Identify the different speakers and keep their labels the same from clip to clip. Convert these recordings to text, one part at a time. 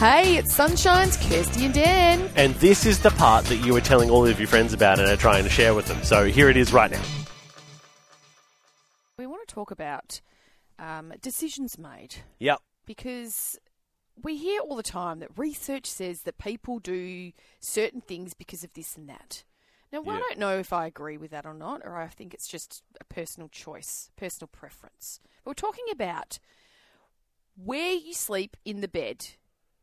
Speaker 1: Hey, it's Sunshine's Kirsty and Dan.
Speaker 2: And this is the part that you were telling all of your friends about and are trying to share with them. So here it is right now.
Speaker 1: We want to talk about um, decisions made
Speaker 2: Yep.
Speaker 1: because we hear all the time that research says that people do certain things because of this and that. Now, I
Speaker 2: Yeah.
Speaker 1: don't know if I agree with that or not, or I think it's just a personal choice, personal preference. But we're talking about where you sleep in the bed.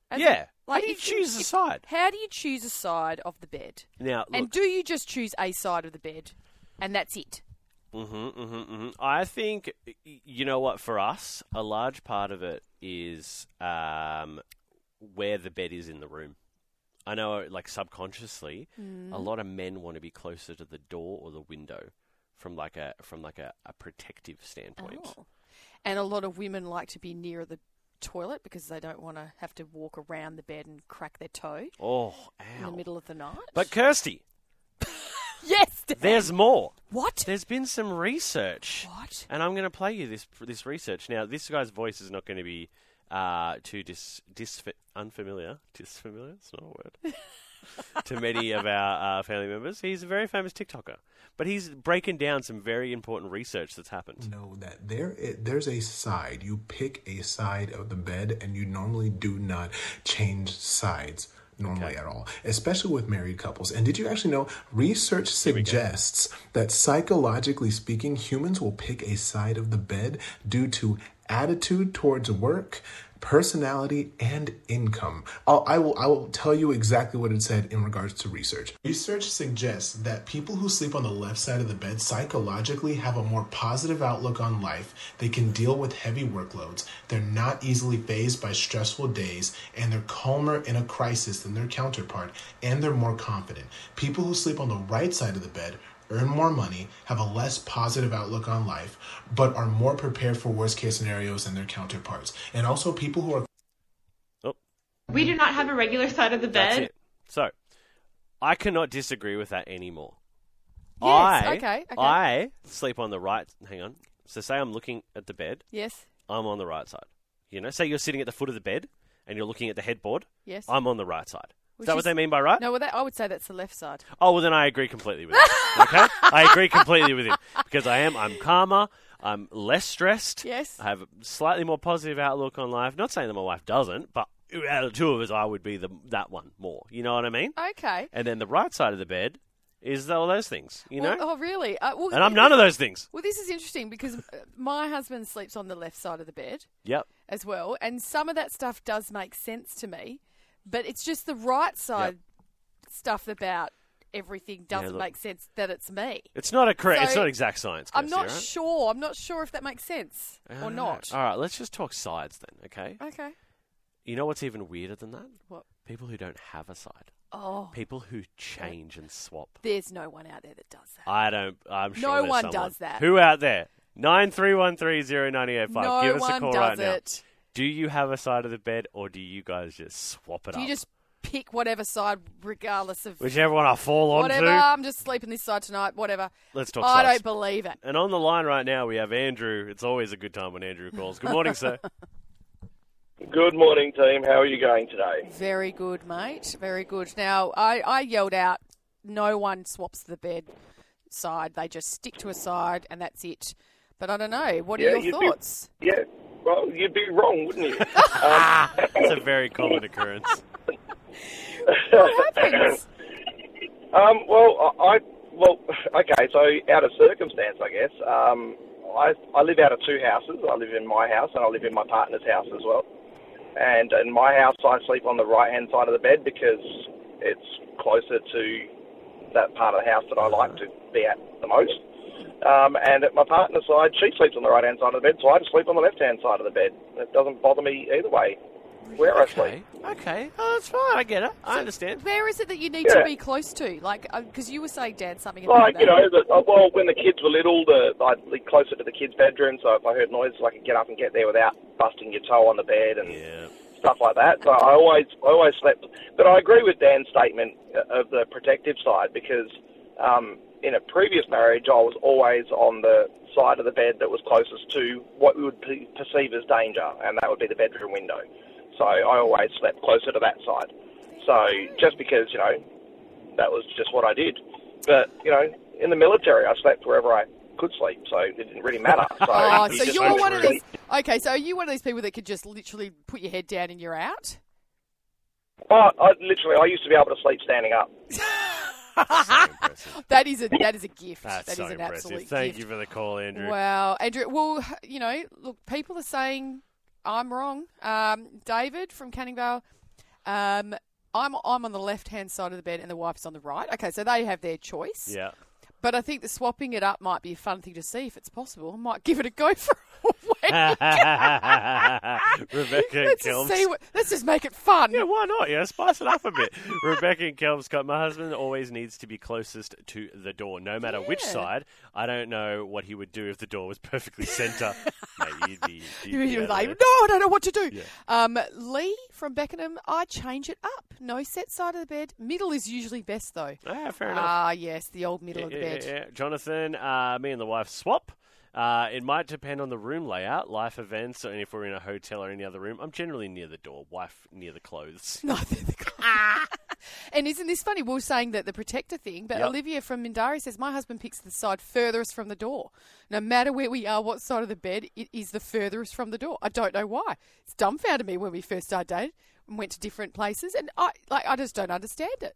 Speaker 1: As in,
Speaker 2: Yeah. How do you
Speaker 1: if
Speaker 2: choose a side?
Speaker 1: How do you choose a side of the bed?
Speaker 2: Now, look,
Speaker 1: And do you just choose a side of the bed, and that's it?
Speaker 2: hmm hmm hmm I think y- you know what. For us, a large part of it is um, where the bed is in the room. I know, like subconsciously,
Speaker 1: Mm.
Speaker 2: a lot of men want to be closer to the door or the window, from like a from like a, a protective standpoint.
Speaker 1: Oh. And a lot of women like to be near the toilet because they don't want to have to walk around the bed and crack their toe
Speaker 2: Oh,
Speaker 1: in the
Speaker 2: ow!
Speaker 1: middle of the night.
Speaker 2: But Kirsty,
Speaker 1: yes, Dan.
Speaker 2: there's more.
Speaker 1: what?
Speaker 2: There's been some research.
Speaker 1: What?
Speaker 2: And I'm going to play you this this research. Now, this guy's voice is not going to be uh, too dis, dis unfamiliar. Disfamiliar? It's not a word. to many of our uh, family members. He's a very famous TikToker. But he's breaking down some very important research that's
Speaker 1: Mm-hmm.
Speaker 2: happened.
Speaker 3: know that there i- there's a side you pick a side of the bed and you normally do not change sides normally at all especially with married couples and did you actually know research suggests that psychologically speaking humans will pick a side of the bed due to attitude towards work personality and income I'll, i will i will tell you exactly what it said in regards to research research suggests that people who sleep on the left side of the bed psychologically have a more positive outlook on life they can deal with heavy workloads they're not easily phased by stressful days and they're calmer in a crisis than their counterpart and they're more confident people who sleep on the right side of the bed earn more money, have a less positive outlook on life, but are more prepared for worst case scenarios than their counterparts. And also, people who are
Speaker 4: We do not have a regular side of the
Speaker 2: That's
Speaker 4: bed.
Speaker 2: it. So, I cannot disagree with that anymore.
Speaker 1: Yes,
Speaker 2: I,
Speaker 1: okay, okay.
Speaker 2: I sleep on the right. Hang on. So, say I'm looking at the bed,
Speaker 1: Yes,
Speaker 2: I'm on the right side. You know, say you're sitting at the foot of the bed and you're looking at the headboard.
Speaker 1: yes.
Speaker 2: I'm on the right side. Is
Speaker 1: Which
Speaker 2: that
Speaker 1: is-
Speaker 2: what they mean by right?
Speaker 1: no, well, that, I would say that's the left side.
Speaker 2: Oh well, then I agree completely with him. Okay, I agree completely with him because I am. I'm calmer. I'm less stressed.
Speaker 1: Yes.
Speaker 2: I have a slightly more positive outlook on life. Not saying that my wife doesn't, but out of the two of us, I would be the that one more. You know what I mean?
Speaker 1: Okay.
Speaker 2: And then the right side of the bed is all those things. You know,
Speaker 1: Well, oh, really? Uh, well,
Speaker 2: and I'm none of those things.
Speaker 1: Well, this is interesting because uh, my husband sleeps on the left side of the bed.
Speaker 2: Yep.
Speaker 1: as well. And some of that stuff does make sense to me, but it's just the right side stuff about everything doesn't
Speaker 2: look.
Speaker 1: make sense that it's me.
Speaker 2: It's not a correct. it's
Speaker 1: So,
Speaker 2: not exact science.
Speaker 1: I'm
Speaker 2: Kirsty,
Speaker 1: not
Speaker 2: alright?
Speaker 1: sure. I'm not sure if that makes sense
Speaker 2: I
Speaker 1: or
Speaker 2: don't know.
Speaker 1: not.
Speaker 2: Uh, Ah, All right, let's just talk sides then. Okay.
Speaker 1: Okay.
Speaker 2: You know what's even weirder than that?
Speaker 1: What?
Speaker 2: People who don't have a side.
Speaker 1: Oh,
Speaker 2: People who change and swap.
Speaker 1: there's no one out there that does that.
Speaker 2: I don't. I'm sure
Speaker 1: No
Speaker 2: there's
Speaker 1: one
Speaker 2: someone.
Speaker 1: does that.
Speaker 2: Who out there? Nine three one three zero ninety eight five.
Speaker 1: no
Speaker 2: Give us
Speaker 1: one
Speaker 2: a call
Speaker 1: does
Speaker 2: right now.
Speaker 1: it.
Speaker 2: Do you have a side of the bed, or do you guys just swap it
Speaker 1: Do
Speaker 2: up?
Speaker 1: you just pick whatever side, regardless of
Speaker 2: Whichever one I fall
Speaker 1: whatever?
Speaker 2: onto.
Speaker 1: I'm just sleeping this side tonight. Whatever.
Speaker 2: Let's talk
Speaker 1: I
Speaker 2: sides.
Speaker 1: don't believe it.
Speaker 2: And on the line right now, we have Andrew. It's always a good time when Andrew calls. Good morning, sir.
Speaker 5: Good morning, team. How are you going today?
Speaker 1: Very good, mate. Very good. Now, I, I yelled out, no one swaps the bed side. They just stick to a side and that's it. But I don't know. What are
Speaker 5: Yeah,
Speaker 1: your
Speaker 5: you'd be-
Speaker 1: thoughts?
Speaker 5: Yeah, well, you'd be wrong, wouldn't you?
Speaker 2: It's a very common occurrence.
Speaker 1: What happens?
Speaker 5: um, well, I, I well, okay. So, out of circumstance, I guess. Um, I I live out of two houses. I live in my house and I live in my partner's house as well. And in my house, I sleep on the right hand side of the bed because it's closer to that part of the house that I like to be at the most. Um, and at my partner's side, she sleeps on the right hand side of the bed, so I just sleep on the left hand side of the bed. It doesn't bother me either way where I sleep.
Speaker 2: Okay. Okay. Oh, that's fine. I get it. I understand.
Speaker 1: Where is it that you need to
Speaker 5: Yeah.
Speaker 1: be close to? Like, because you were saying, Dan, something about
Speaker 5: Like
Speaker 1: that.
Speaker 5: you know, the, uh, well, when the kids were little, the I'd be closer to the kids' bedroom, so if I heard noises, I could get up and get there without busting your toe on the bed and
Speaker 2: Yeah.
Speaker 5: stuff like that. So I always, I always slept. But I agree with Dan's statement uh, of the protective side because um, in a previous marriage, I was always on the side of the bed that was closest to what we would pe- perceive as danger, and that would be the bedroom window. so I always slept closer to that side. So just because you know that was just what I did, but you know in the military I slept wherever I could sleep, so it didn't really matter. So,
Speaker 1: Oh,
Speaker 5: you
Speaker 1: so
Speaker 5: just
Speaker 1: you're
Speaker 5: went
Speaker 1: one of
Speaker 5: through-
Speaker 1: these. Okay, so are you one of these people that could just literally put your head down and you're out?
Speaker 5: Oh, I, literally, I used to be able to sleep standing up.
Speaker 2: impressive.
Speaker 1: That is a that is a gift.
Speaker 2: That's
Speaker 1: That is
Speaker 2: so
Speaker 1: an
Speaker 2: impressive.
Speaker 1: absolute
Speaker 2: Thank
Speaker 1: gift.
Speaker 2: you for the call, Andrew.
Speaker 1: Wow, Andrew. Well, you know, look, people are saying I'm wrong. Um, David from Canning Vale, um, I'm I'm on the left hand side of the bed and the wife's on the right. Okay, so they have their choice.
Speaker 2: Yeah.
Speaker 1: But I think the swapping it up might be a fun thing to see if it's possible. I might give it a go for a week.
Speaker 2: Rebecca
Speaker 1: Let's just
Speaker 2: Kelms.
Speaker 1: see what. Let's just make it fun.
Speaker 2: Yeah, why not? Yeah, spice it up a bit. Rebecca and Kelms got my husband always needs to be closest to the door, no matter which
Speaker 1: Yeah.
Speaker 2: side. I don't know what he would do if the door was perfectly centre. Mate, you'd be, you'd
Speaker 1: You-
Speaker 2: be
Speaker 1: You're
Speaker 2: out
Speaker 1: like,
Speaker 2: of
Speaker 1: no,
Speaker 2: there.
Speaker 1: I don't know what to do.
Speaker 2: Yeah.
Speaker 1: Um, Lee from Beckenham, I change it up. No set side of the bed. Middle is usually best though.
Speaker 2: Ah, fair enough.
Speaker 1: Ah, yes, the old middle of the
Speaker 2: Yeah,
Speaker 1: bed.
Speaker 2: yeah, yeah. Jonathan, uh, me and the wife swap. Uh, it might depend on the room layout, life events, and if we're in a hotel or any other room. I'm generally near the door, wife near the clothes.
Speaker 1: No, they're the and isn't this funny? We were saying that the protector thing, but
Speaker 2: Yep.
Speaker 1: Olivia from Mindari says my husband picks the side furthest from the door. No matter where we are, what side of the bed, it is the furthest from the door. I don't know why. It's dumbfounded me when we first started dating and went to different places, and I like I just don't understand it.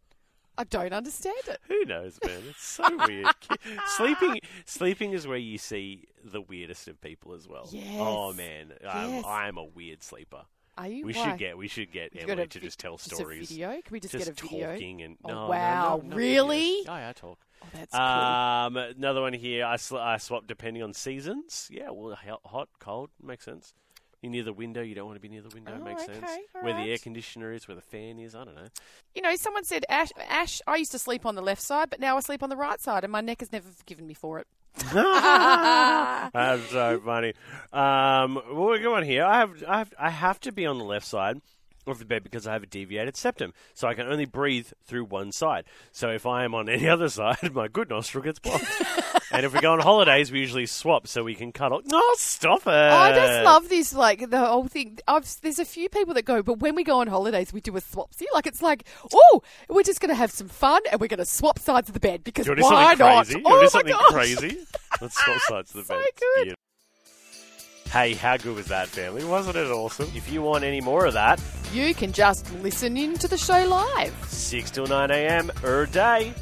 Speaker 1: I don't understand it.
Speaker 2: Who knows, man? It's so weird. sleeping, sleeping is where you see the weirdest of people as well. Oh
Speaker 1: Yes.
Speaker 2: man, I'm,
Speaker 1: Yes.
Speaker 2: I'm a weird sleeper.
Speaker 1: Are you?
Speaker 2: We
Speaker 1: why?
Speaker 2: should get, we should get
Speaker 1: You've got
Speaker 2: Emily
Speaker 1: a
Speaker 2: to
Speaker 1: vi-
Speaker 2: just tell
Speaker 1: just a
Speaker 2: stories.
Speaker 1: video? Can we just get a video?
Speaker 2: talking and
Speaker 1: Oh,
Speaker 2: no, no, no,
Speaker 1: wow,
Speaker 2: no videos.
Speaker 1: really?
Speaker 2: Oh, yeah, I talk.
Speaker 1: Oh, that's
Speaker 2: Um, another one here. I, sl- I swap depending on seasons. Yeah, well, hot, hot, cold makes sense. You're near the window. You don't want to be near the window.
Speaker 1: Oh,
Speaker 2: makes
Speaker 1: okay,
Speaker 2: sense.
Speaker 1: all
Speaker 2: Where
Speaker 1: right.
Speaker 2: the air conditioner is, where the fan is. I don't know.
Speaker 1: you know, someone said, Ash, Ash, I used to sleep on the left side, but now I sleep on the right side, and my neck has never forgiven me for it.
Speaker 2: That's so funny. Um, well, we go on here. I have, I have, I have to be on the left side of the bed because I have a deviated septum, so I can only breathe through one side. So if I am on any other side, my good nostril gets blocked. and if we go on holidays, we usually swap so we can cut off. No, stop it!
Speaker 1: I just love this, like the whole thing. I've, there's a few people that go, but when we go on holidays, we do a swapsy. Like it's like, oh, we're just going to have some fun and we're going to swap sides of the bed because
Speaker 2: Do you
Speaker 1: why
Speaker 2: want to do
Speaker 1: not?
Speaker 2: something crazy?
Speaker 1: Oh
Speaker 2: you want to do
Speaker 1: my
Speaker 2: something
Speaker 1: gosh.
Speaker 2: crazy? Let's swap sides of the
Speaker 1: So
Speaker 2: bed. It's
Speaker 1: good.
Speaker 2: beautiful. Hey, how good was that, family? Wasn't it awesome? If you want any more of that,
Speaker 1: You can just listen in to the show live.
Speaker 2: 6 till 9 a.m. er day.